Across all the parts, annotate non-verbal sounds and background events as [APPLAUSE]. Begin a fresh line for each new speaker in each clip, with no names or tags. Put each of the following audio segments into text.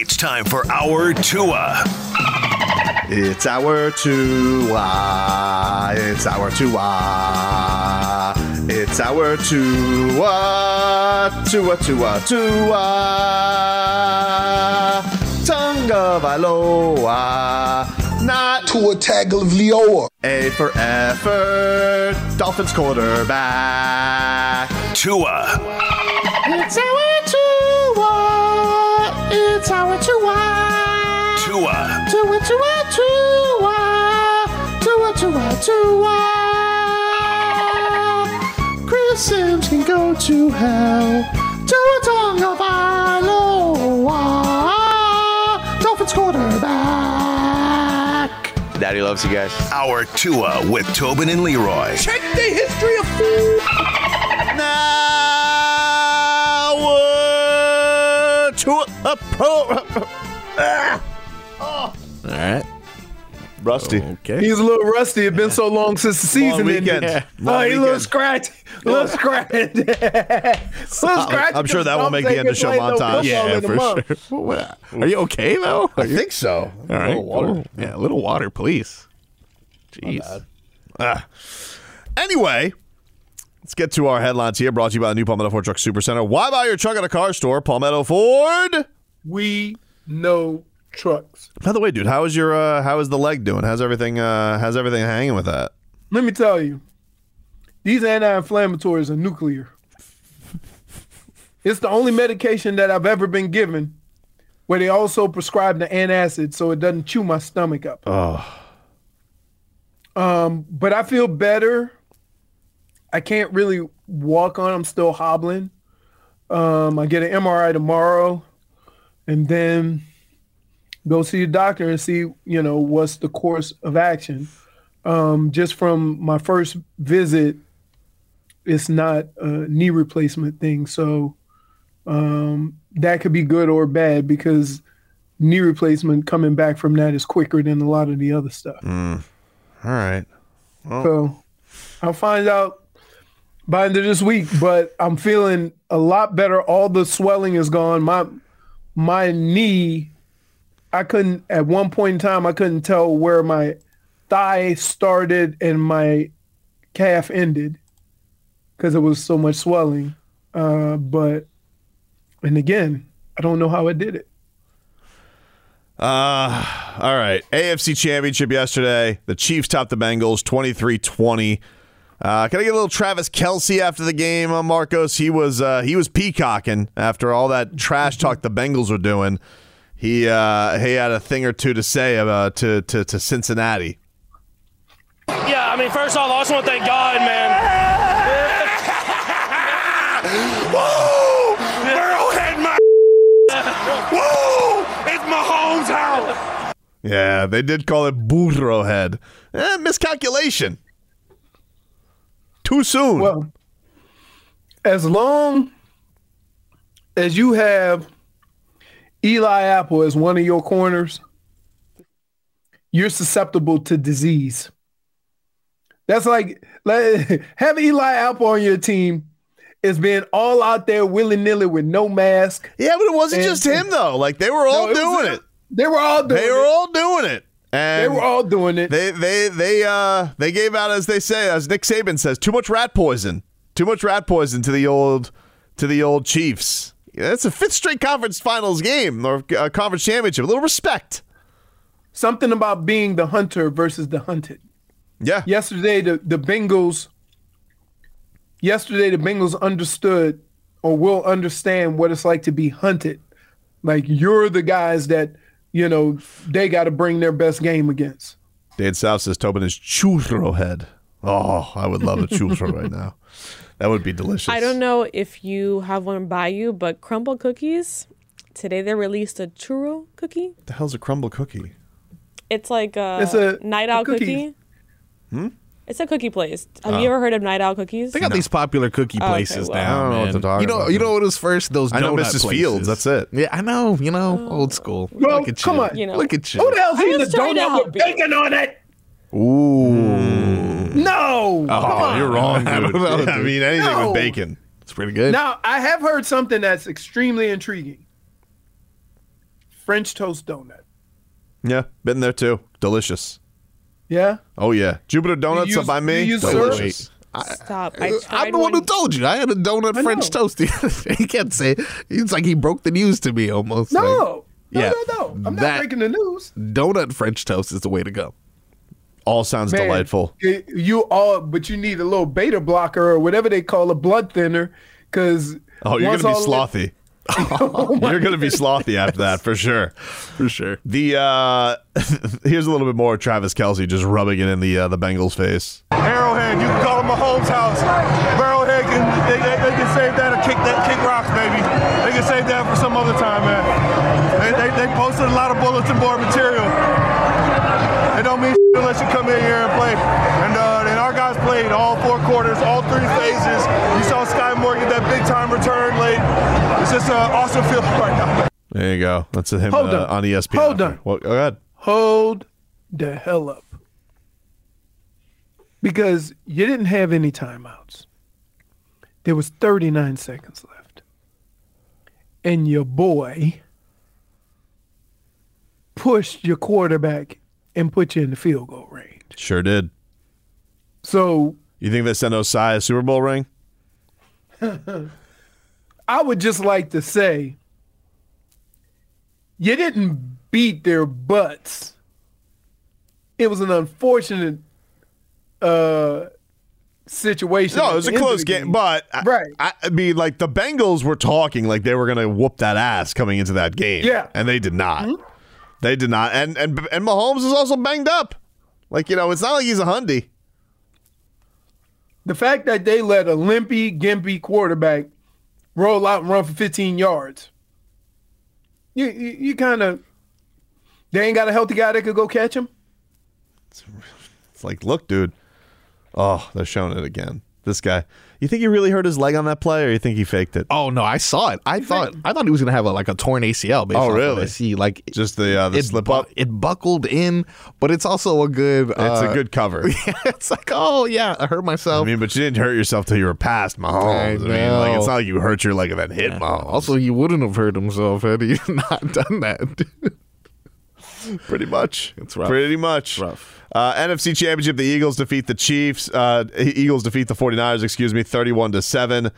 It's time for our Tua.
It's our Tua. It's our Tua. It's ah, our Tua. Tua, Tua, Tua. ah. Tonga Valoa. Not
Tua Tagovailoa.
A for effort. Dolphins quarterback.
Tua.
It's our Tua. It's our Tua.
Tua.
Tua, Tua, Tua. Tua, Tua, Tua. Chris Sims can go to hell. Tua Tonga Valoa. Dolphins quarterback.
Daddy loves you guys.
Our Tua with Tobin and Leroy.
Check the history of food.
Now we're to a pro. Ah!
All right.
Rusty.
Okay.
He's a little rusty. It's been so long since the
Long
season
weekend.
ended.
Long
oh, he's a little
weekend.
scratch. Little scratch. little scratch.
I'm sure that will make the end of show montage.
Yeah, for
[LAUGHS]
sure. What- Are you okay though?
I
Are you-
think so.
All right.
Little water. Ah.
cool. Yeah, a little water, please. Jeez.
Anyway, let's get to our headlines here. Brought to you by the new Palmetto Ford Truck Supercenter. Why buy your truck at a car store? Palmetto Ford.
We know trucks.
By the way, dude, how is your uh, how is the leg doing? How's everything? Uh, how's everything hanging with that?
Let me tell you, these anti-inflammatories are nuclear. It's the only medication that I've ever been given where they also prescribe the antacid so it doesn't chew my stomach up. Oh. Um, but I feel better. I can't really walk on. I'm still hobbling. Um, I get an MRI tomorrow, and then go see a doctor and see you know what's the course of action Um, just from my first visit, it's not a knee replacement thing. So um, that could be good or bad because knee replacement coming back from that is quicker than a lot of the other stuff.
All right.
So I'll find out by the end of this week, but I'm feeling a lot better. All the swelling is gone. My my knee, I couldn't at one point in time I couldn't tell where my thigh started and my calf ended because it was so much swelling. Uh, but and again, I don't know how I did it.
Uh, All right. AFC Championship yesterday. The Chiefs topped the Bengals 23 20. Uh, can I get a little Travis Kelsey after the game, uh, Marcos? He was uh, he was peacocking after all that trash talk the Bengals were doing. He uh, he had a thing or two to say about to to, to Cincinnati.
Yeah, I mean, first off, I just want to thank
[LAUGHS]
God, man.
Whoa! Burrow had
[LAUGHS]
my. Whoa! It's Mahomes' house.
Yeah, they did call it burro head. Eh, miscalculation. Too soon.
Well, as long as you have Eli Apple as one of your corners, you're susceptible to disease. That's like, like [LAUGHS] have Eli Apple on your team is being all out there willy nilly with no mask.
yeah, but it wasn't
and-
just him though. Like they were all
No, it was-
doing it.
They were all doing
They were
it.
all doing it. And
they were all doing it.
They they they uh they gave out as they say as Nick Saban says too much rat poison too much rat poison to the old to the old Chiefs. Yeah, That's a fifth straight conference finals game or uh, conference championship. A little respect.
Something about being the hunter versus the hunted.
Yeah.
yesterday the, the Bengals yesterday the Bengals understood or will understand what it's like to be hunted. Like you're the guys that, you know, they gotta bring their best game against.
Dan South says Tobin is churro head. Oh, I would love a churro right now. That would be delicious.
I don't know if you have one by you, but crumble cookies. Today they released a churro cookie.
What the hell's a crumble cookie?
It's like a,
It's a-
night
a
owl
cookie.
cookie. It's a cookie place. Have you ever heard of night owl cookies?
Hmm? Ah. They got these popular cookie
okay,
places
well.
now.
I don't know what
man.
they're talking
You know,
about.
you know what was first? Those
I know
donut
Mrs.
places.
Fields, that's it.
Yeah, I know. You know, old school.
Well,
Look at
come
you.
on.
You know.
Look at you.
Who the hell's
I
eating the
was trying to
donut with
help you.
bacon on it? Ooh. No. Come
Oh,
on.
you're wrong, dude. [LAUGHS]
I
I,
don't [LAUGHS] know,
I
dude.
mean, anything
No.
with bacon.
It's pretty good.
Now, I have heard something that's extremely intriguing. French toast donut.
Yeah, been there too. Delicious.
Yeah?
Oh yeah, Jupiter Donuts
You
up by
use-
me.
you use
Delicious.
Stop. I
I'm
tried
the one who
one.
told you. I had a donut
I
French
know.
toast. [LAUGHS] he can't say. It's like he broke the news to me almost.
No.
Like,
No,
yeah,
no, no. I'm not
that-
breaking the news.
donut French toast is the way to go.
All sounds
Man,
delightful.
y- You all, but you need a little beta blocker or whatever they call a blood thinner, because
Oh, you're gonna be slothy.
[LAUGHS]
you're gonna be slothy [LAUGHS] after that for sure.
For sure.
The uh [LAUGHS] here's a little bit more of Travis Kelsey just rubbing it in the uh, the Bengals face.
Arrowhead, you can go to Mahomes' house. Arrowhead can they, they, they can save that or kick that kick rocks, baby. They can save that for some other time, man. They, they, they posted a lot of bulletin board material. It don't mean unless you come in here and play. And uh, and our guys played all four quarters, all three phases. You saw Sky Moore get that big time return late. It's just an awesome feeling [LAUGHS] right now.
There you go. That's him
Hold
uh,
on.
on ESPN.
Hold
after.
on.
Well, go ahead.
Hold the hell up. Because you didn't have any timeouts. There was 39 seconds left. And your boy pushed your quarterback and put you in the field goal range.
Sure did.
So
You think they sent Osai a Super Bowl ring?
I would just like to say you didn't beat their butts. It was an unfortunate uh situation.
No,
at
it was
the
a
end of
close
the
game, but I,
Right.
I, I mean, like the Bengals were talking like they were going to whoop that ass coming into that game.
Yeah. Mm-hmm.
and they did not. They did not, and and and Mahomes is also banged up. Like you know, it's not like he's a hundy.
the fact that they let a limpy, gimpy quarterback roll out and run for 15 yards, you you, you kind of they ain't got a healthy guy that could go catch him.
It's like, look, dude. Oh, they're showing it again. This guy. You think he really hurt his leg on that play, or you think he faked it?
Oh no, I saw it. I thought I thought he was gonna have a, like a torn ACL. Based
Oh,
off what
really?
I see, like it-
Just the uh, the
it
slip
bu-
up.
It buckled in, but it's also a good.
It's
uh,
a good cover.
[LAUGHS] it's like oh yeah, I hurt
[LAUGHS]
myself.
I mean, but you didn't hurt yourself till you were past
I
Mahomes. I, mean, like
know.
it's not like you hurt your leg and then hit Mahomes.
also, he wouldn't have hurt himself had he [LAUGHS] not done that.
Pretty much.
It's rough.
Pretty much.
rough.
Uh, NFC Championship, the Eagles defeat the Chiefs. Uh, E- Eagles defeat the 49ers, excuse me, 31 to 7.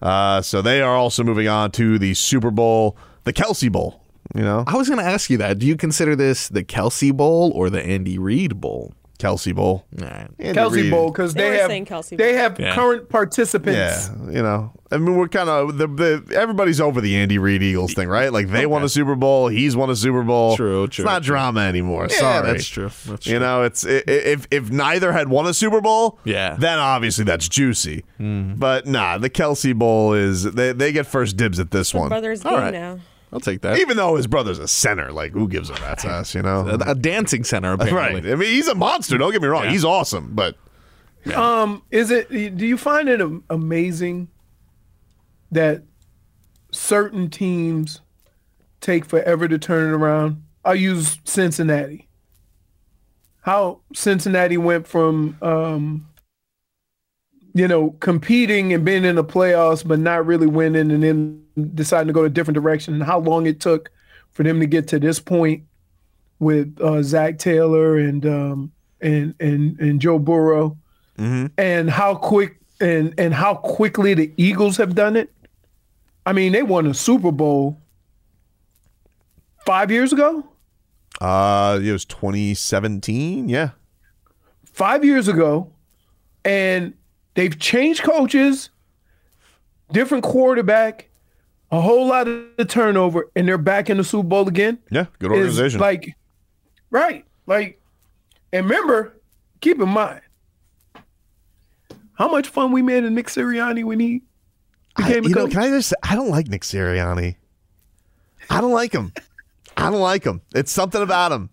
Uh, so they are also moving on to the Super Bowl, the Kelsey Bowl, you know?
I was gonna ask you that. Do you consider this the Kelsey Bowl or the Andy Reid Bowl?
Kelsey Bowl.
Nah.
Andy
Kelsey
Reid.
Bowl because
They
they,
were saying
have
Kelsey
they
Bowl.
have
Yeah.
current participants.
Yeah, you know. I mean, we're kind of the, the everybody's over the Andy Reid Eagles thing, right? Like they won a Super Bowl, he's won a Super Bowl.
True,
It's
true,
not
true.
drama anymore.
Yeah,
Sorry,
that's true. That's
You
true.
know, it's i- i- if if neither had won a Super Bowl,
Yeah. Mm.
then obviously that's juicy. But nah, the Kelsey Bowl is they they get first dibs at this one.
Brothers
All
game
right.
now.
I'll take that.
Even though his brother's a center, like who gives a rat's ass, you know?
a, a dancing center,
[LAUGHS]
apparently.
Right. I mean, he's a monster. Don't get me wrong. He's awesome, but
Um, is it? Do you find it am- amazing that certain teams take forever to turn it around? I use Cincinnati. How Cincinnati went from, um, you know, competing and being in the playoffs but not really winning, and then deciding to go a different direction, and how long it took for them to get to this point with uh, Zach Taylor and um, and and and Joe Burrow and how quick and and how quickly the Eagles have done it. I mean, they won a Super Bowl five years ago.
uh it was 2017. Yeah.
Five years ago, and they've changed coaches, different quarterback, a whole lot of the turnover, and they're back in the Super Bowl again.
Yeah, good
is
organization.
Like, right. Like, and remember, keep in mind How much fun we made in Nick Sirianni when he
I,
became a
you know,
coach.
can I just? I don't like Nick Sirianni. I don't like him. I don't like him. It's something about him.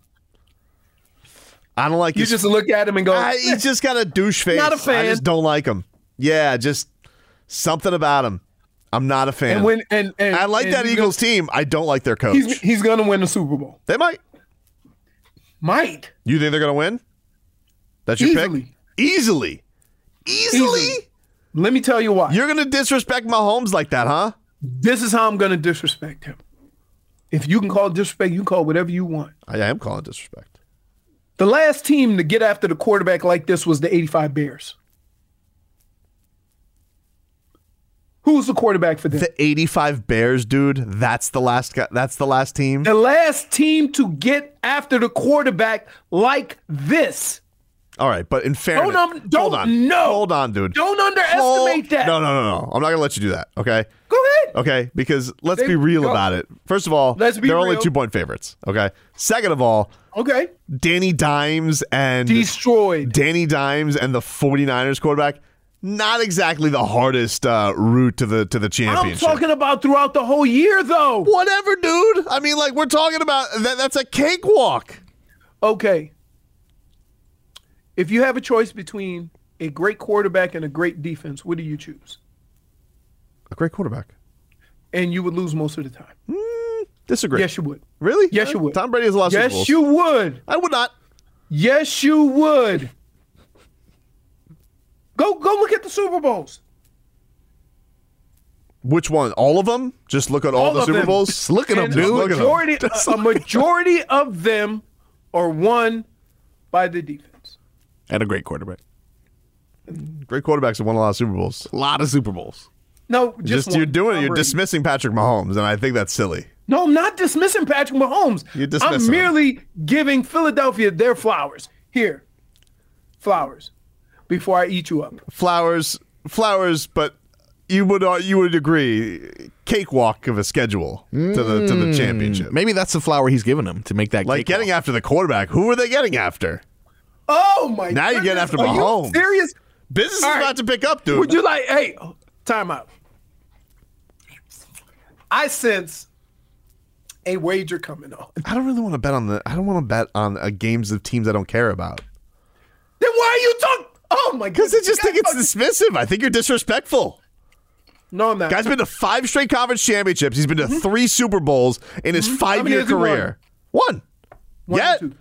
I don't like
you
his-
just look at him and go,
[LAUGHS] I, he's just got a douche face.
Not a
I
fan.
just don't like him. Yeah, just something about him. I'm not a fan.
and when and, and
I like
and
that
he's
Eagles team. I don't like their coach.
Gonna, he's he's gonna win the Super Bowl.
they might.
Might
You think they're going to win? That's your pick? Easily.
Easily.
Easily.
Easily. let me tell you why.
You're going to disrespect Mahomes like that, huh?
this is how I'm gonna disrespect him. If you can call it disrespect, you can call it whatever you want.
I am calling disrespect.
The last team to get after the quarterback like this was the 85 Bears. Who's the quarterback for them?
The 85 Bears, dude. That's the last guy. That's the last team.
the last team to get after the quarterback like this.
All right, but in fairness,
Don't um, don't
hold on.
know.
Hold on, dude.
Don't underestimate
Hold-
that.
No, no, no, no. I'm not going to let you do that. Okay.
Go ahead.
Okay, because let's
They-
be real
go.
about it. First of all,
Let's be
they're only
real.
two point favorites. Okay. Second of all,
Okay.
Danny Dimes and
Destroyed.
Danny Dimes and the 49ers quarterback, not exactly the hardest uh, route to the to the
I'm
championship.
talking about throughout the whole year, though.
Whatever, dude. I mean, like we're talking about that, that's a cakewalk.
Okay. If you have a choice between a great quarterback and a great defense, what do you choose?
A great quarterback.
And you would lose most of the time.
Disagree.
Yes, you would.
really?
Yes, you would.
Tom Brady has lost. Super
Yes,
Bowls.
you would.
I would not.
Yes, you would. Go go look at the Super Bowls.
Which one? All of them? Just look at all,
All
the
of
Super
them.
Bowls. Look
And
[LAUGHS]
a majority, a- a majority of them are won by the defense.
And a great quarterback.
Great quarterbacks have won a lot of Super Bowls.
A lot of Super Bowls.
No,
Just,
just,
you're doing it.
it.
You're dismissing Patrick Mahomes, and I think that's silly.
No, I'm not dismissing Patrick Mahomes.
You're dismissing him.
I'm merely giving Philadelphia their flowers. Here, flowers. Before I eat you up.
Flowers, flowers, but you would uh, you would agree cakewalk of a schedule to the to the
Mm.
championship.
Maybe that's the flower he's given him to make that
Like getting after the quarterback. Who are they getting after?
Oh my!
Now you're
goodness.
getting after
Are you
Mahomes.
serious?
Business
All
is
right.
about to pick up, dude.
Would you like? Hey, oh, time out. I sense a wager coming on.
I don't really want to bet on the. I don't want to bet on uh, games of teams I don't care about.
Then why are you talking? Oh my!
Because I just
goodness. Oh,
think it's dismissive. I think you're disrespectful.
No, I'm not.
Guy's been to five straight conference championships. He's been to three Super Bowls in his five year
has he won?
career. One.
One and
Yet
two.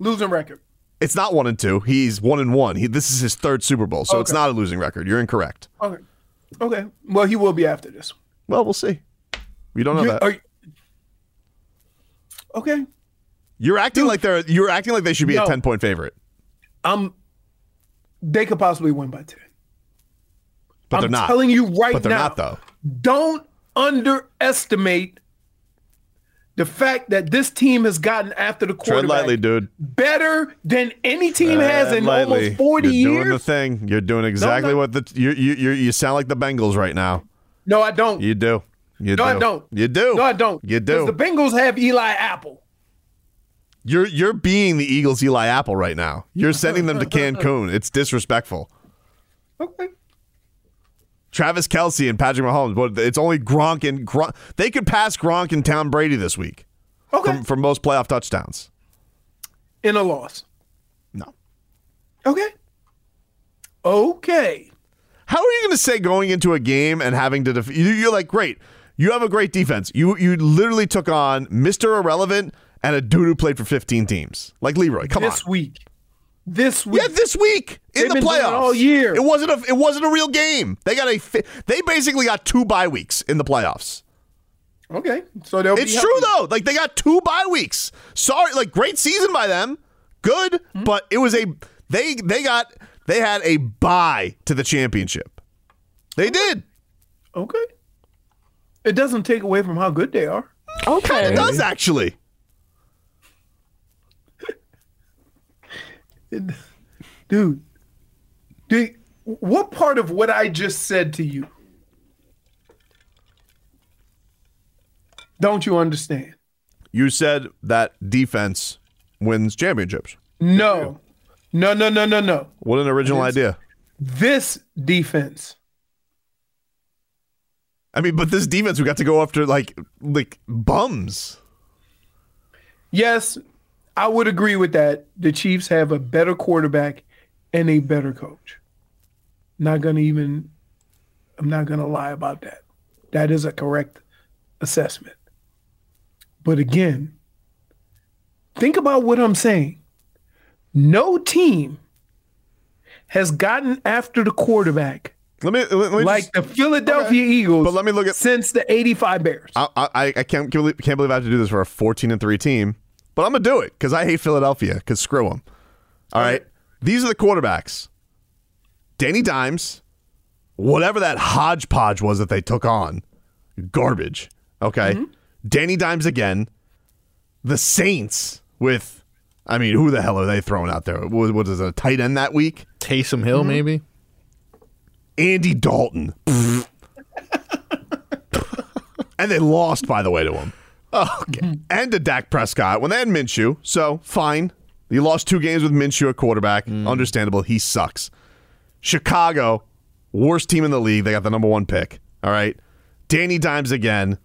losing record.
it's not one and two. He's one and one. He, this is his third Super Bowl, so it's
Okay.
not a losing record. You're incorrect.
Okay. Okay. Well, he will be after this.
Well, we'll see. You don't know
You-
that.
are you- okay.
you're acting like they're. You're acting like they should be a
No.
ten point favorite,
I'm. They could possibly win by ten.
but
I'm
they're not.
telling you right
but they're
now.
not though.
don't underestimate the fact that this team has gotten after the
Tread
quarterback
lightly, dude.
better than any team has
Tread
in
lightly.
almost 40
you're doing the
years.
thing. You're doing exactly
not.
what the. You you you you sound like the Bengals right now.
no, I don't.
You do. You do.
No, I don't.
You do.
No, I don't.
You do.
'Cause The Bengals have Eli Apple.
You're you're being the Eagles Eli Apple right now. You're sending
[LAUGHS]
them to Cancun. It's disrespectful.
Okay.
Travis Kelsey and Patrick Mahomes, but it's only Gronk and Gronk. They could pass Gronk and Tom Brady this week
Okay.
for, for most playoff touchdowns.
in a loss.
No.
Okay. Okay.
How are you going to say going into a game and having to def- you- you're like great, you have a great defense. You you literally took on Mr. Irrelevant and a dude who played for 15 teams like Leroy. Come
this
on.
week. This week.
Yeah, this week in
They've
the
been doing it
playoffs
all year.
It wasn't a it wasn't a real game. They got a fi- they basically got two bye weeks in the playoffs.
okay. So they'll
It's
be
true
healthy.
though. Like they got two bye weeks. Sorry, like great season by them. Good,
Hmm?
but it was a they they got they had a bye to the championship. They did.
Okay. It doesn't take away from how good they are.
It
Okay.
does actually.
dude, dude, what part of what I just said to you don't you understand?
You said that defense wins championships.
No, no, no, no, no, no.
What an original idea.
This defense.
I mean, but this defense we got to go after like like bums.
Yes, I would agree with that. The Chiefs have a better quarterback and a better coach. Not gonna even I'm not gonna lie about that. That is a correct assessment. But again, think about what I'm saying. No team has gotten after the quarterback
Let me let, let me
like
just-
the Philadelphia
Okay.
Eagles
But let me look at.
since the 85 Bears.
I I, I can't believe, can't believe I have to do this for a fourteen and three team, but I'm gonna do it because I hate Philadelphia. Because screw them. All right, these are the quarterbacks: Danny Dimes, whatever that hodgepodge was that they took on, garbage. Okay, Danny Dimes again. The Saints with, I mean, who the hell are they throwing out there? What, what is it? A tight end that week?
Taysom Hill,
Mm-hmm. [LAUGHS]
maybe.
Andy Dalton. and they lost, by the way, to him. Okay. And to Dak Prescott when they had Minshew. So, fine. You lost two games with Minshew at quarterback.
Mm.
Understandable. He sucks. Chicago, worst team in the league. They got the number one pick. All right. Danny Dimes again.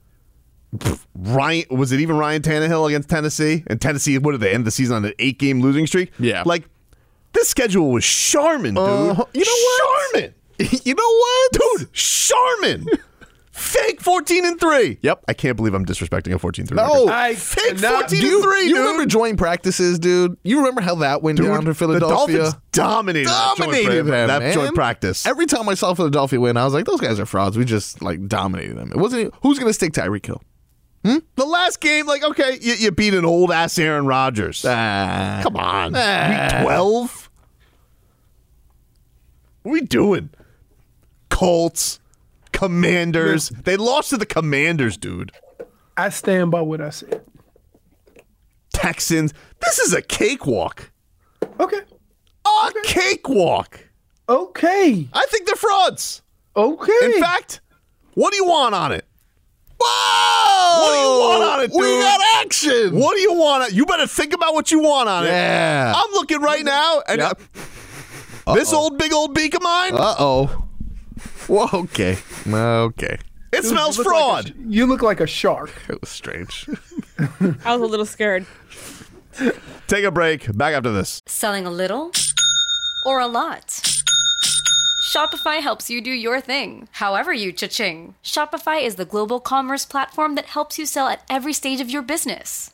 Pff, Ryan was it even Ryan Tannehill against Tennessee? And Tennessee, what did they end the season on an eight game losing streak?
Yeah.
Like, this schedule was Charmin, dude.
Uh-huh. You know what?
Charmin.
you know what,
Dude, Charmin. [LAUGHS] Fake 14 and 3. Yep. I can't believe I'm disrespecting a 14 3.
No.
I
Fake
cannot-
14
Do
Oh,
you,
and 3.
you
dude.
remember joint practices, dude? You remember how that went
Dude,
down for
The
Philadelphia?
Dolphins dominated, that joint
dominated
pra-
them.
that
man.
joint practice.
Every time I saw Philadelphia win, I was like, "Those guys are frauds." We just like dominated them. It wasn't even- who's going to stick Tyreek Hill.
the last game, like, okay, you, you beat an old ass Aaron Rodgers.
Ah.
Come on.
Ah.
Week 12? What are we doing? Colts, Commanders. They lost to the Commanders, dude.
I stand by what I said.
Texans. This is a cakewalk.
Okay.
A [LAUGHS] cakewalk.
Okay.
I think they're frauds.
Okay.
In fact, what do you want on it?
Whoa!
What do you want on it, dude?
Oh, We got action.
What do you want? On, you better think about what you want on
Yeah.
it. I'm looking right now, and
Yep.
uh, this old big old beak of mine,
Uh oh. Well, okay. Okay.
it smells
You look like
fraud.
a sh- you look like a shark.
It was strange.
I was a little scared.
Take a break. Back after this.
Selling a little or a lot? Shopify helps you do your thing, however you cha-ching. Shopify is the global commerce platform that helps you sell at every stage of your business.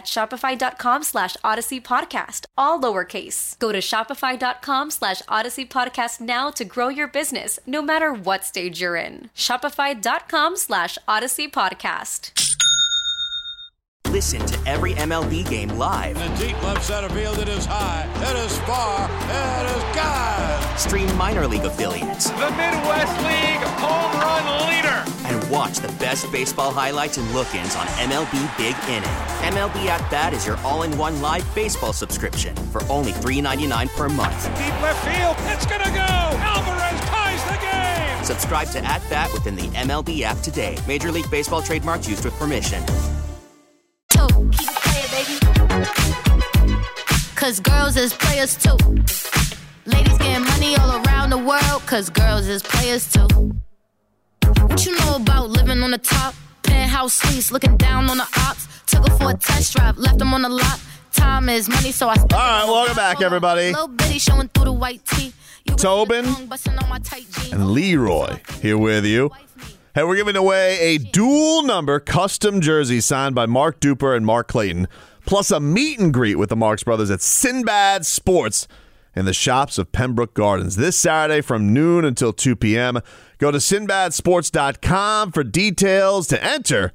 shopify.com slash odyssey podcast, all lowercase. Go to shopify.com slash odyssey podcast now to grow your business, no matter what stage you're in. Shopify.com slash odyssey podcast.
Listen to every MLB game live.
In the deep left center field, it is high, it is far, it is God.
Stream minor league affiliates
The Midwest League home run leader.
and watch the best baseball highlights and look ins on MLB Big Inning. MLB At Bat is your all in one live baseball subscription for only $3.99 per month.
Deep left field. It's going to go. Alvarez ties the game.
Subscribe to At Bat within the MLB app today. Major League Baseball trademarks used with permission.
Cause girls is players too. Ladies getting money all around the world, cause girls is players too. What you know about living on the top? Penthouse suites, looking down on the ops. Took her for a test drive, left them on the lot.
Time is money, so I spend
All right, welcome back, everybody.
Little bitty showing through the white tee.
Tobin and Leroy here with you. Hey, we're giving away a dual number custom jersey signed by Mark Duper and Mark Clayton, plus a meet and greet with the Marx Brothers at Sinbad Sports in the shops of Pembroke Gardens this Saturday from noon until 2 p.m. Go to sinbadsports.com for details to enter.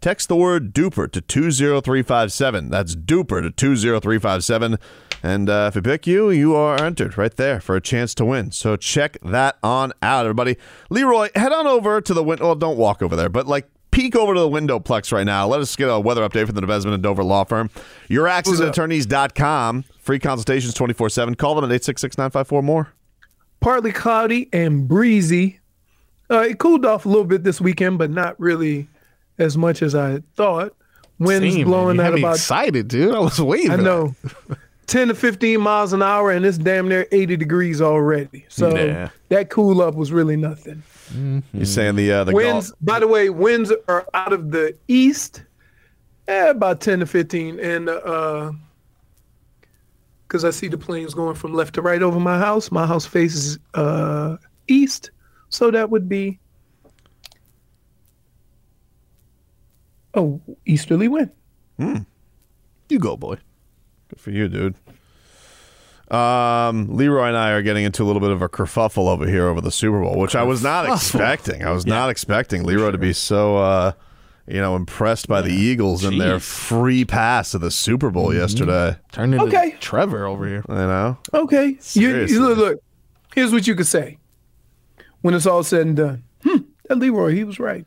Text the word duper to 20357. That's duper to 20357. And uh, if we pick you, you are entered right there for a chance to win. So check that on out, everybody. Leroy, head on over to the window. Well, don't walk over there, but like peek over to the window plex right now. Let us get a weather update from the Nevesman and Dover Law Firm. Your accidentattorneys.com. Free consultations 24 7. Call them at 866 954 more.
Partly cloudy and breezy. Uh, it cooled off a little bit this weekend, but not really as much as I thought. Winds
Damn,
blowing
man, you had
at
me
about
excited, dude. I was waiting.
I
for that. [LAUGHS]
know. [LAUGHS] 10 to 15 miles an hour, and it's damn near 80 degrees already. So
Yeah.
that cool up was really nothing.
You're saying the uh, the
winds, by the way, winds are out of the east, eh, about 10 to 15. And because I see the planes going from left to right over my house, my house faces uh, east. So that would be, oh, easterly wind.
You go, boy.
Good for you, dude. Um, Leroy and I are getting into a little bit of a kerfuffle over here over the Super Bowl, which I was not
Kerfuffle.
expecting. I was not expecting Leroy to be so, uh, you know, impressed by the Eagles and their free pass of the Super Bowl
Mm-hmm.
yesterday.
Turned into
Okay.
Trevor over here.
You know,
Okay. You,
Seriously.
you look, look, here's what you could say when it's all said and done. Hmm, that Leroy, he was right.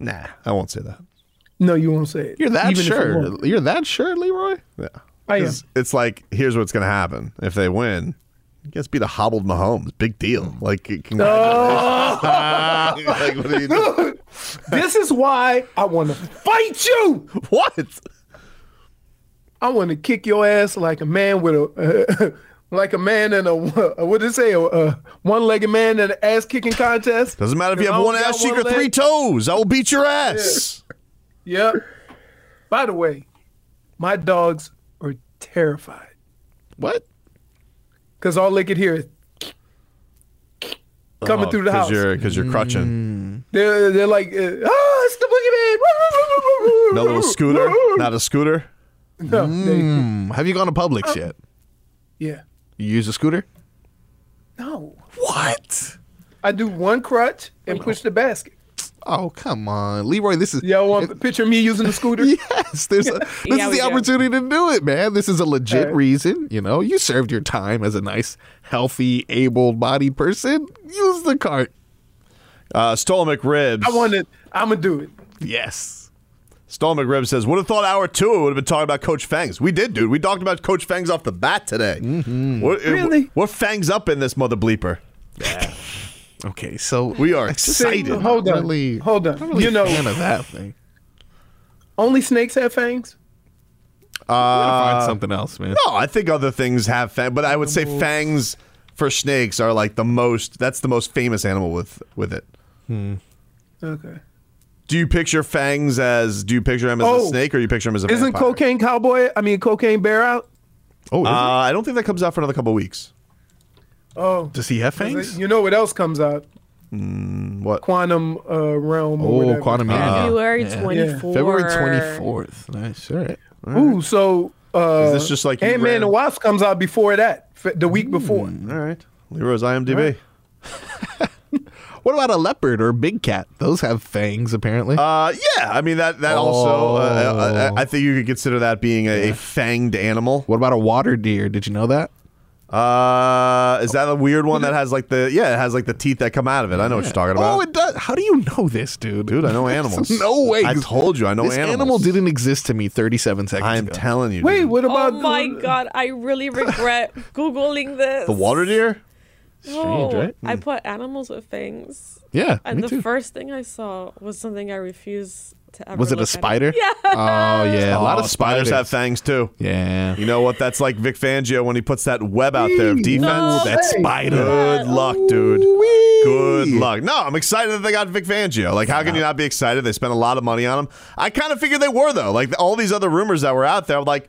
nah, I won't say that.
No, you won't say it.
You're that
Even if it
sure.
won't.
You're that sure, Leroy?
Yeah.
I am.
It's, it's like here's what's gonna happen if they win. You guys beat a hobbled Mahomes. Big deal. Like,
[LAUGHS]
congratulations. like what are you doing?
Dude, this is why I want to [LAUGHS] fight you.
What?
I want to kick your ass like a man with a, [LAUGHS] like a man in a [LAUGHS] what did it say? A, a one-legged man in an ass-kicking contest.
Doesn't matter if you
As
have one
long as you
ass
got
cheek or
one
three
leg.
toes. I will beat your ass.
Yep. By the way, my dogs are terrified
What?
because all they could hear is coming through the house. Mm.
because you're, Oh, 'cause you're crutching.
They're, they're like, uh, ah, it's the boogeyman.
No little
[LAUGHS]
scooter, not a scooter.
No, they,
Hmm, Have you gone to Publix yet?
yeah.
You use a scooter?
No.
What?
I do one crutch and push the basket.
Oh, come on, Leroy. This is
Y'all want picture me using the scooter?
[LAUGHS] yes. There's a, this
Yeah,
is
we
the
do.
opportunity to do it, man. This is a legit
Alright.
reason. You know, you served your time as a nice, healthy, able-bodied person. Use the cart.
Uh, Stoll McRibs.
I want it. I'm gonna do it.
Yes.
Stoll McRibs says, would have thought hour two would have been talking about Coach Fangs. We did, dude. We talked about Coach Fangs off the bat today. We're,
Mm-hmm. Really?
We're Fangs up in this mother bleeper.
Okay, so
We are
See,
excited.
Hold on.
Really-
Hold on.
I'm really
you know,
a fan of that thing.
only snakes have fangs.
I'm gonna find something else, man.
No, I think other things have fangs, but I would say fangs for snakes are like the most. That's the most famous animal with with it.
Okay.
Do you picture fangs as? Do you picture him as a
Oh.
snake, or you picture him as a?
Isn't
vampire?
cocaine cowboy? I mean, cocaine bear out.
Oh, is
Uh,
it?
I don't think that comes out for another couple weeks.
Oh,
does he have fangs?
you know what else comes out?
What?
Quantum uh, realm. Or
Oh,
whatever.
quantum mania.
February 24.
February 24th. Nice. All right.
Ooh, so uh,
Is this just like you
Ant
ran-
Man and Wasp comes out before that, f- the
Hmm.
week before.
All right, Leroy's IMDb.
What about a leopard or a big cat? Those have fangs, apparently.
Uh, yeah, I mean that that also. Uh,
Oh.
I, I think you could consider that being a, a fanged animal.
what about a water deer? Did you know that?
Uh, is that a weird one that has like the yeah, it has like the teeth that come out of it? I know what you're talking about.
Oh, it does. How do you know this, dude?
Dude, I
[LAUGHS]
know animals.
no way.
I told you, I know
this
animals.
animal didn't exist to me 37 seconds
I am
ago.
telling you.
Wait,
dude.
what
Oh
about
my
the,
god, I really
[LAUGHS]
regret Googling this.
the water deer?
No,
Strange, right? Hmm.
I put animals with fangs.
yeah,
And
me
the
too.
first thing I saw was something I refuse to ever
Was it a
look at [LAUGHS]
spider? Yeah. Oh yeah, a lot
Oh,
of
spiders.
spiders.
have fangs too.
yeah.
You know what? That's like Vic Fangio when he puts that web out there of defense.
No
that
way.
spider. Good luck, dude. Good luck. No, I'm excited that they got Vic Fangio. Like, how can you not be excited? They spent a lot of money on him. I kind of figured they were though. Like all these other rumors that were out there, I'm like.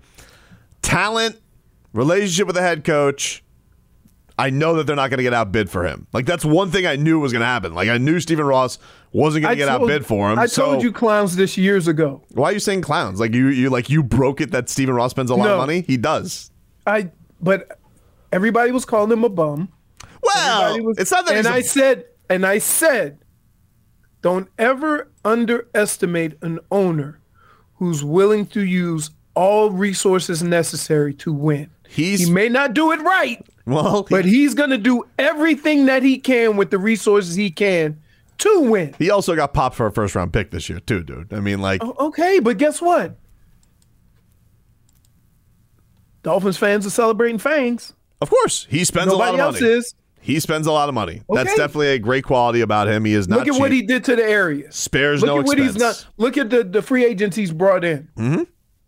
talent, relationship with the head coach. I know that they're not going to get outbid for him. Like that's one thing I knew was going to happen. Like I knew Stephen Ross wasn't going to get
told-
outbid for him.
I
so
told you clowns this years ago.
why are you saying clowns? Like you, you like you broke it that Stephen Ross spends a lot
No.
of money. He does.
I but everybody was calling him a bum.
Well,
it's not
that
And
he's a-
I said, and I said, don't ever underestimate an owner who's willing to use all resources necessary to win.
He's,
he may not do it right,
Well,
but he's going to do everything that he can with the resources he can to win.
He also got popped for a first round pick this year too, dude. I mean, like
O- Okay, but guess what? Dolphins fans are celebrating fangs.
Of course, he spends
Nobody
a lot of
else
money.
is.
He spends a lot of money. That's
Okay.
definitely a great quality about him. He is not
Look at what he
cheap.
did to the area.
spares
look
no
at what
expense.
he's not. Look at the the free agents he's brought in.
hmm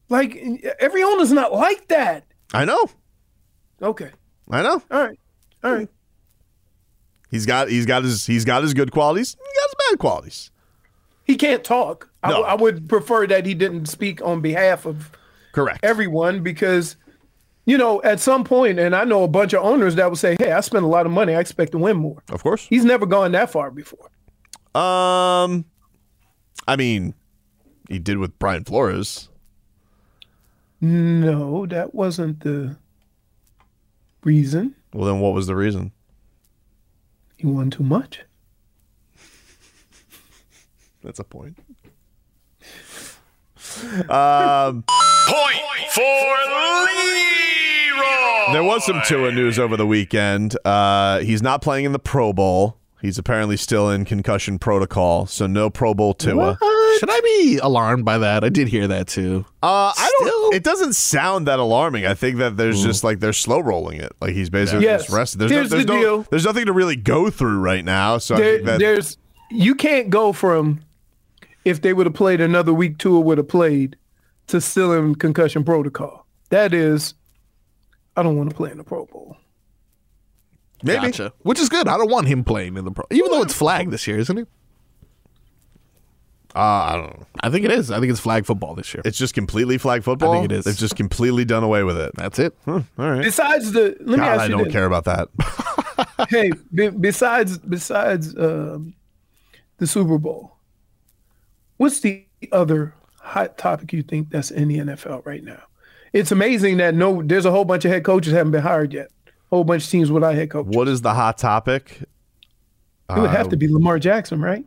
Like every owner's not like that.
I know.
Okay.
I know.
All right. All right.
He's got he's got his he's got his good qualities. He got his bad qualities.
He can't talk. I
No.
I would prefer that he didn't speak on behalf of
Correct.
everyone because you know at some point, and I know a bunch of owners that would say, "Hey, I spent a lot of money. I expect to win more."
Of course.
He's never gone that far before.
Um, I mean, he did with Brian Flores.
No, that wasn't the reason.
Well, then what was the reason?
He won too much.
That's a point. Um,
Point for Leroy.
There was some Tua news over the weekend. Uh, he's not playing in the Pro Bowl. He's apparently still in concussion protocol, so no Pro Bowl Tua.
Should I be alarmed by that? I did hear that too.
Uh, I don't. It doesn't sound that alarming. I think that there's just like they're slow rolling it. Like he's basically
Yes.
just rested. There's, no,
Here's
there's,
the
no-
deal.
there's nothing to really go through right now. So I
There,
think that
there's you can't go from if they would have played another week tour would have played to still in concussion protocol. That is, I don't want to play in the Pro Bowl.
Maybe.
Gotcha. Which is good. I don't want him playing in the pro, even though it's flagged this year, isn't it?
Uh, I don't know.
I think it is. I think it's flag football this year.
It's just completely flag football.
I think it is.
They've just completely done away with it.
That's it.
Huh, all right.
Besides the, let me
God,
ask you
I don't
this.
care about that. [LAUGHS]
hey, be, besides besides um, the Super Bowl, what's the other hot topic you think that's in the NFL right now? It's amazing that no, there's a whole bunch of head coaches haven't been hired yet. Whole bunch of teams without head coach.
What is the hot topic?
It would have to be Lamar Jackson, right?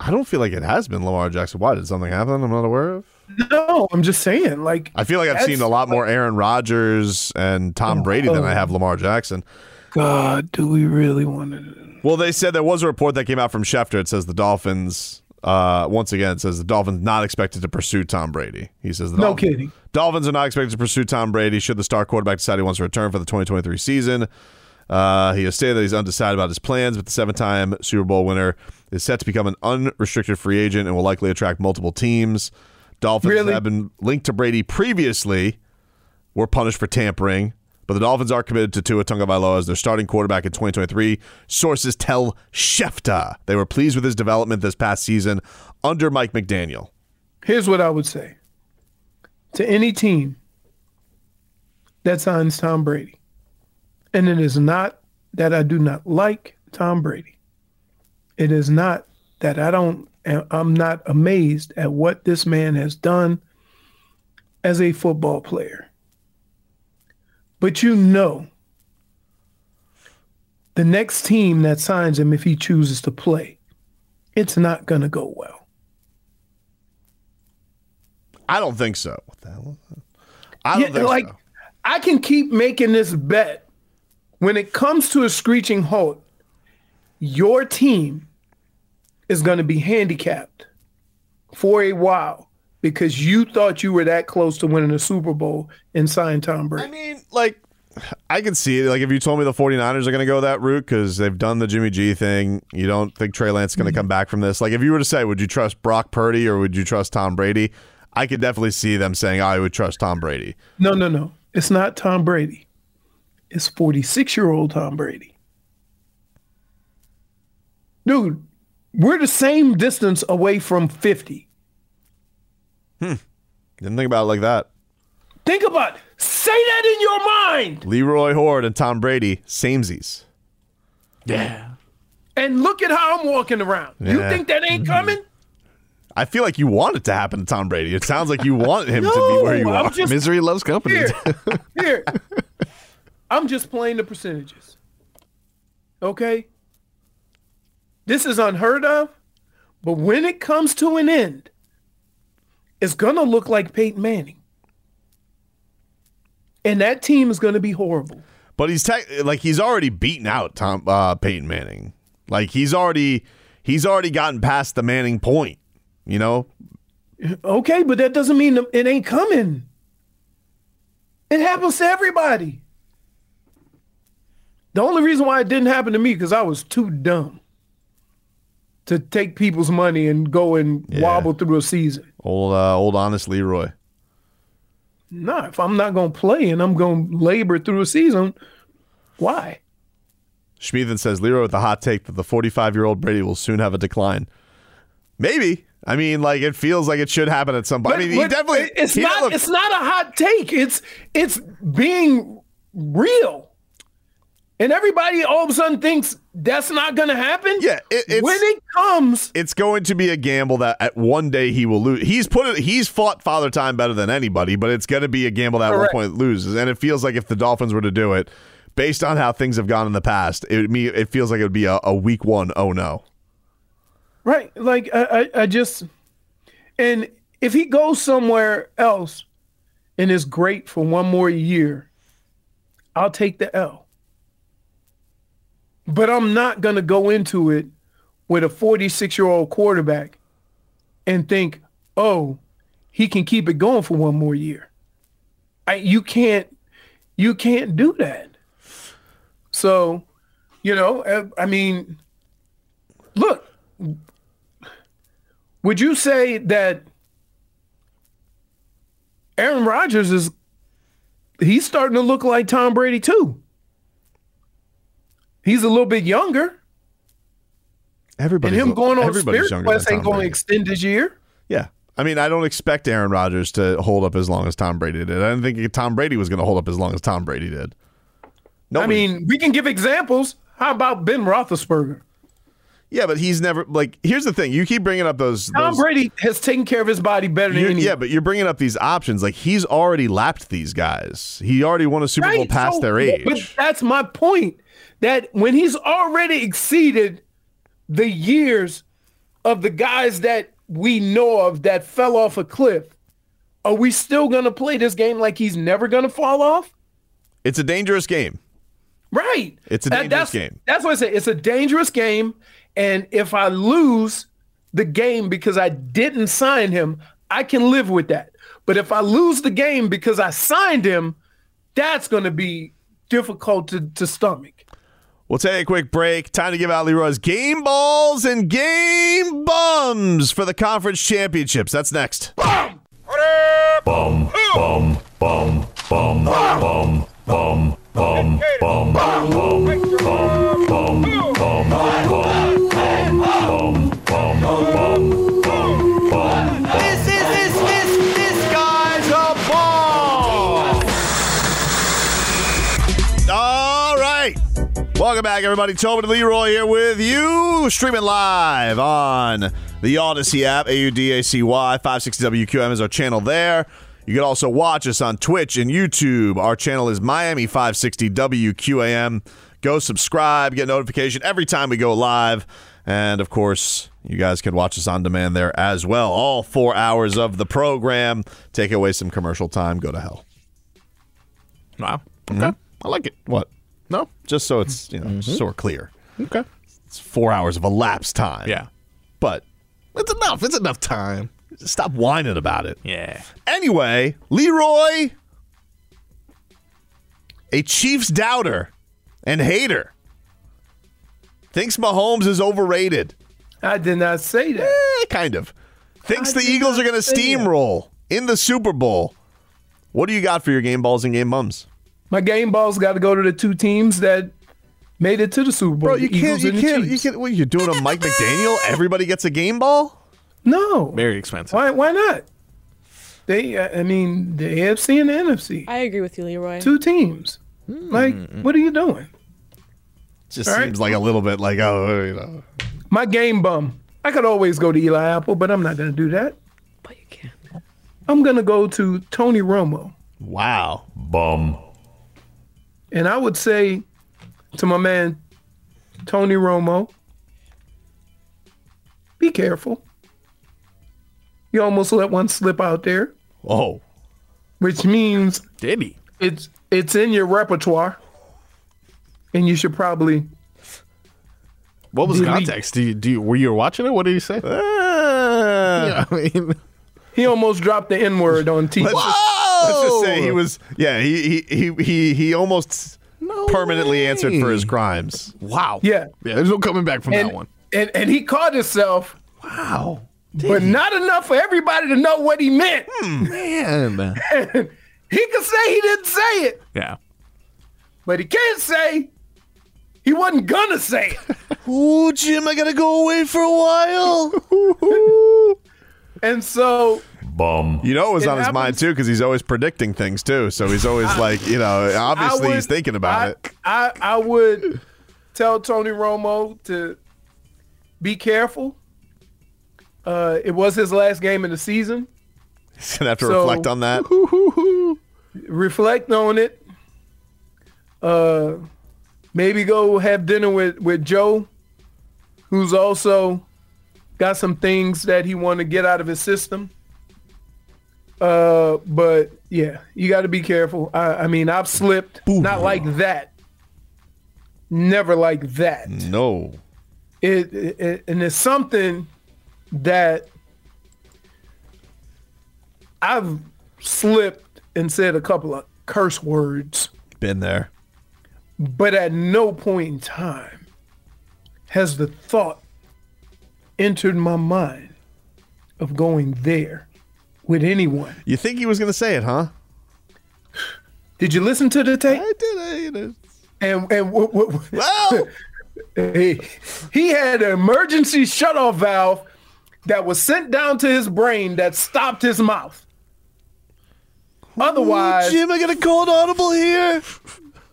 I don't feel like it has been Lamar Jackson. Why did something happen? I'm not aware of.
No, I'm just saying. Like
I feel like I've
That's-
seen a lot more Aaron Rodgers and Tom Brady than I have Lamar Jackson.
God, do we really want to?
Well, they said there was a report that came out from Schefter. It says the Dolphins, uh, once again, it says the Dolphins not expected to pursue Tom Brady. He says the
No
Dolphins,
kidding.
Dolphins are not expected to pursue Tom Brady should the star quarterback decide he wants to return for the 2023 season. Uh, he has stated that he's undecided about his plans, but the seven time Super Bowl winner is set to become an unrestricted free agent and will likely attract multiple teams. Dolphins
Really?
have been linked to Brady previously were punished for tampering, but the Dolphins are committed to Tua Tagovailoa as their starting quarterback in 2023. Sources tell Schefter they were pleased with his development this past season under Mike McDaniel.
Here's what I would say to any team that signs Tom Brady, and it is not that I do not like Tom Brady. It is not that I don't. I'm not amazed at what this man has done as a football player. But you know, the next team that signs him, if he chooses to play, it's not going to go well.
I don't think so. What the hell? is that? I don't
Yeah,
think
like
so.
I can keep making this bet. When it comes to a screeching halt, your team is going to be handicapped for a while because you thought you were that close to winning a Super Bowl and signing Tom Brady.
I mean, like, I can see it. Like, if you told me the 49ers are going to go that route because they've done the Jimmy G thing, you don't think Trey Lance is going to
Hmm.
come back from this. Like, if you were to say, would you trust Brock Purdy or would you trust Tom Brady? I could definitely see them saying, I would trust Tom Brady.
no, no, no. It's not Tom Brady. It's 46 year old Tom Brady. Dude, we're the same distance away from 50.
Didn't think about it like that.
Think about it. Say that in your mind.
Leroy Horde and Tom Brady, samesies.
Yeah. And look at how I'm walking around. You
Yeah. Mm-hmm.
think that ain't coming?
I feel like you want it to happen to Tom Brady. It sounds like you want him to be where you
[LAUGHS] No, I'm
are.
just-
Misery loves company.
Here,
[LAUGHS]
here. I'm just playing the percentages. Okay? This is unheard of, but when it comes to an end, it's going to look like Peyton Manning. And that team is going to be horrible.
But he's tech like he's already beaten out Tom uh, Peyton Manning. Like he's already he's already gotten past the Manning point. You know,
Okay, but that doesn't mean it ain't coming. It happens to everybody. The only reason why it didn't happen to me because I was too dumb to take people's money and go and wobble through a season.
old uh, old honest Leroy.
No, if I'm not gonna play and I'm gonna labor through a season, why?
Schmieden says Leroy with the hot take that the 45 year old Brady will soon have a decline. Maybe. I mean, like it feels like it should happen at some point. I mean, he
But- but
definitely.
it's
he
not
look-
it's not a hot take. It's it's being real. And everybody all of a sudden thinks that's not gonna happen. Yeah,
it's-
when it comes,
it's going to be a gamble that at one day he will lose. He's put it. He's fought Father Time better than anybody, but it's going to be a gamble that at one
Correct.
point loses. And it feels like if the Dolphins were to do it, based on how things have gone in the past, it would me it feels like it would be a, a week one. Oh no.
Right. Like I, I, I just and if he goes somewhere else and is great for one more year, I'll take the L. But I'm not gonna go into it with a 46 year old quarterback and think, oh, he can keep it going for one more year. I you can't you can't do that. So, you know, I, I mean, look, would you say that Aaron Rodgers is he's starting to look like Tom Brady too? He's a little bit younger, and
Everybody's
him going on
everybody's younger
Spirit
than
Quest ain't
Tom
going to
Brady.
extend his year.
Yeah. I mean, I don't expect Aaron Rodgers to hold up as long as Tom Brady did. I didn't think Tom Brady was going to hold up as long as Tom Brady did.
I mean, we can give examples. How about Ben Roethlisberger?
Yeah, but he's never like. Here's the thing: you keep bringing up those.
Tom
those-
Brady has taken care of his body better than
You're-
anyone.
yeah, but you're bringing up these options. Like he's already lapped these guys. He already won a Super Bowl
Right,
past
so-
their age.
But that's my point. That when he's already exceeded the years of the guys that we know of that fell off a cliff, are we still gonna play this game like he's never gonna fall off?
it's a dangerous game.
Right.
It's a
That-
dangerous
that's,
game.
That's what I say. It's a dangerous game. And if I lose the game because I didn't sign him, I can live with that. But if I lose the game because I signed him, that's going to be difficult to, to stomach.
We'll take a quick break. Time to give out Leroy's game balls and game bums for the conference championships. That's next.
Bum, bum, bum, bum, bum, bum, bum, bum, bum, bum, bum, bum, bum, bum, bum, bum, bum, bum, bum, bum.
This is this this this guy's a ball.
All right. Welcome back, everybody. Tobin and Leroy here with you, streaming live on the Odyssey app, AUDACY 560WQM is our channel there. You can also watch us on Twitch and YouTube. Our channel is Miami 560WQAM. Go subscribe, get notification every time we go live. And of course, you guys can watch us on demand there as well. All four hours of the program. Take away some commercial time, go to hell.
Wow.
Okay.
I like it.
What?
No.
Just so it's you know, so we're clear.
[LAUGHS] Okay.
It's four hours of elapsed time.
Yeah.
But
It's enough. It's enough time.
stop whining about it.
Yeah.
Anyway, Leroy, a Chiefs doubter and hater, thinks Mahomes is overrated. Eh,
I did not say that.
kind of. Thinks
I
the
did
Eagles are
not
going to
say that.
steamroll in the Super Bowl. What do you got for your game balls and game bums?
My game balls got to go to the two teams that made it to the Super Bowl.
Bro, you
the
can't,
Eagles
you
and the
can't, you
Chiefs.
can't. What are you doing, a Mike McDaniel? Everybody gets a game ball.
No.
Very expensive.
Why, why not? They, I I mean, the AFC and the NFC,
I agree with you, Leroy.
two teams. Like, what are you doing?
Just
All right.
seems like a little bit like oh, you know.
My game bum. I could always go to Eli Apple, but I'm not going to do that. But you can. I'm going to go to Tony Romo.
Wow.
Bum.
And I would say to my man, Tony Romo, be careful. You almost let one slip out there,
Whoa.
which means
Did he?
it's it's in your repertoire, and you should probably
What was the
Delete.
context? Do you, do you, were you watching it? What did he say?
Uh.
[LAUGHS] yeah, I mean,
He almost dropped the N word on TV.
Let's just, let's just
oh.
say he was. Yeah, he he he he, he almost permanently answered for his crimes.
wow.
Yeah.
Yeah, there's no coming back from
and,
that one.
And and he caught himself.
Wow.
But not enough for everybody to know what he meant.
Hmm.
Man.
He could say he didn't say it,
yeah.
but he can't say he wasn't gonna say
[LAUGHS]
it.
Ooh, Jim, I gotta go away for a while.
and so
Bum.
You know, it was
It
on his mind
happens.
too because he's always predicting things too. So he's always like, you know, obviously he's
would-
thinking about
I,
it.
I I would tell Tony Romo to be careful. Uh, it was his last game of the season.
He's gonna have to
so-
reflect on that.
reflect on it. Uh, maybe go have dinner with with Joe, who's also got some things that he want to get out of his system. Uh, but yeah, you got to be careful. I, I mean, I've slipped, not like that, never like that.
No.
It, it, it and it's something that I've slipped and said a couple of curse words,
Been there.
but at no point in time has the thought entered my mind of going there with anyone.
You think he was gonna say it, huh?
Did you listen to the tape?
I did. I, you know.
And and what, what, what-
Well,
he, he had an emergency shutoff valve that was sent down to his brain that stopped his mouth. Otherwise,
Jim, I got a cold audible here.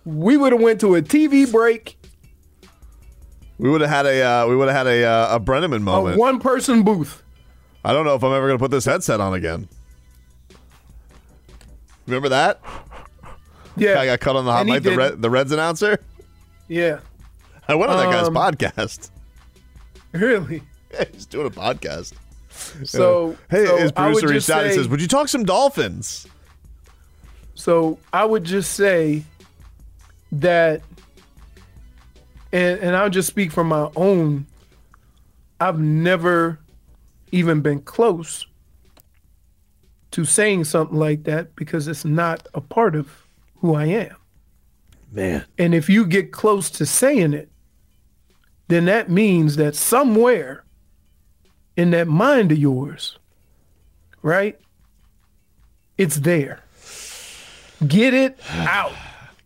we would have went to a TV break,
We would have had a uh, we would have had a uh, a Brenneman
a
moment.
one-person booth.
I don't know if I'm ever gonna put this headset on again. Remember that?
Yeah,
I got cut on the hot
And he
mic. The,
did.
Red, the Reds announcer. [LAUGHS]
yeah, [LAUGHS]
I went on that
Um,
guy's podcast. [LAUGHS]
really.
Yeah, he's doing a podcast.
So
Hey,
so
his
I would
producer reached
just
out and
say-
says, "Would you talk some dolphins?"
So I would just say that, and, and I'll just speak from my own, I've never even been close to saying something like that because it's not a part of who I am. Man. And if you get close to saying it, then that means that somewhere in that mind of yours, right? It's there. Get it out.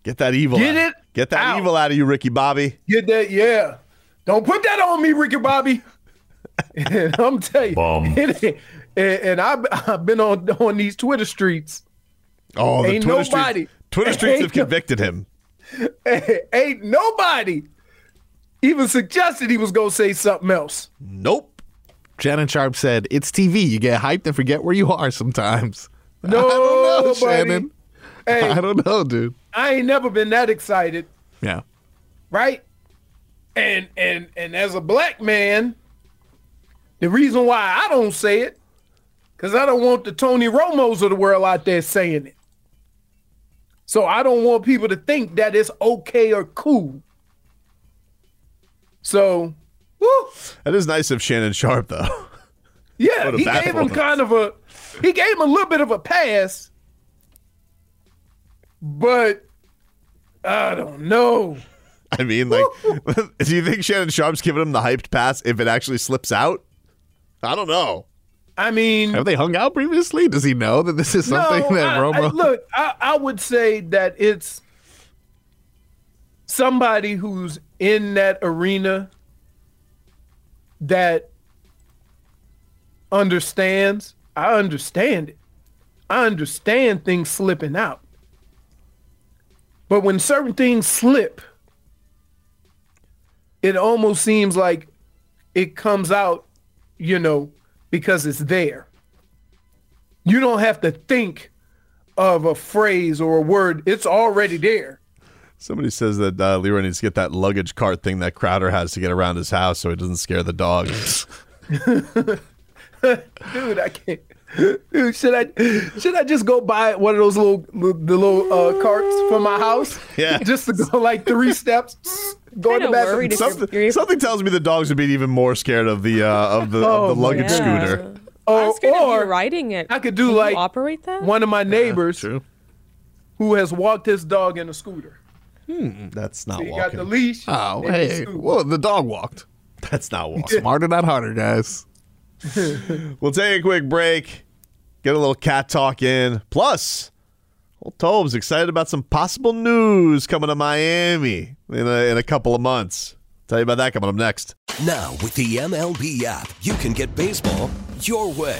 Get that evil.
Get
out.
it
Get that
out.
evil out of you, Ricky Bobby.
Get that, yeah. Don't put that on me, Ricky Bobby. [LAUGHS] and I'm telling you,
Bum.
it ain't- and, and I've, I've been on on these Twitter streets. [LAUGHS]
Oh, the
Ain't
Twitter
nobody-
streets. Twitter streets
[LAUGHS] ain't
have
no-
convicted him.
ain't nobody even suggested he was gonna say something else.
Nope.
Shannon Sharp said, It's TV. You get hyped and forget where you are sometimes.
No,
I don't know,
Oh, buddy.
Shannon.
Hey,
I don't know, dude.
I ain't never been that excited,
Yeah.
right? And and and as a black man, the reason why I don't say it, because I don't want the Tony Romos of the world out there saying it. So I don't want people to think that it's okay or cool. So, woo,
That is nice of Shannon Sharp, though. [LAUGHS]
yeah,
What a
he
baffle.
gave him kind of a, he gave him a little bit of a pass, but I don't know.
[LAUGHS] I mean, like, do you think Shannon Sharp's giving him the hyped pass if it actually slips out? I don't know.
I mean,
Have they hung out previously? Does he know that this is something
no,
that
I,
Romo.
I, look, I, I would say that it's somebody who's in that arena that understands. I understand it. I understand things slipping out. But when certain things slip, it almost seems like it comes out, you know, because it's there. You don't have to think of a phrase or a word, it's already there.
Somebody says that uh, Leroy needs to get that luggage cart thing that Crowder has to get around his house so he doesn't scare the
[LAUGHS]
dog.
Dude, I can't. Dude, should I should I just go buy one of those little the little uh, carts for my house?
Yeah.
[LAUGHS] just to go like three steps, go in the bathroom.
something, something tells me the dogs would be even more scared of the uh, of the,
Oh,
of the luggage
yeah.
scooter.
Oh,
Or
or
riding it.
I could do
Can you
like
operate that.
one of my neighbors who has walked his dog in a scooter.
Hmm, that's not
So you
walking.
got the leash.
Oh,
and the
hey.
scoop.
Well, the dog walked.
That's
[LAUGHS]
not walking.
Smarter, not harder, guys.
we'll take a quick break, get a little cat talk in. Plus, old Tobes excited about some possible news coming to Miami in a, in a couple of months. Tell you about that coming up next.
Now, with the MLB app, you can get baseball your way.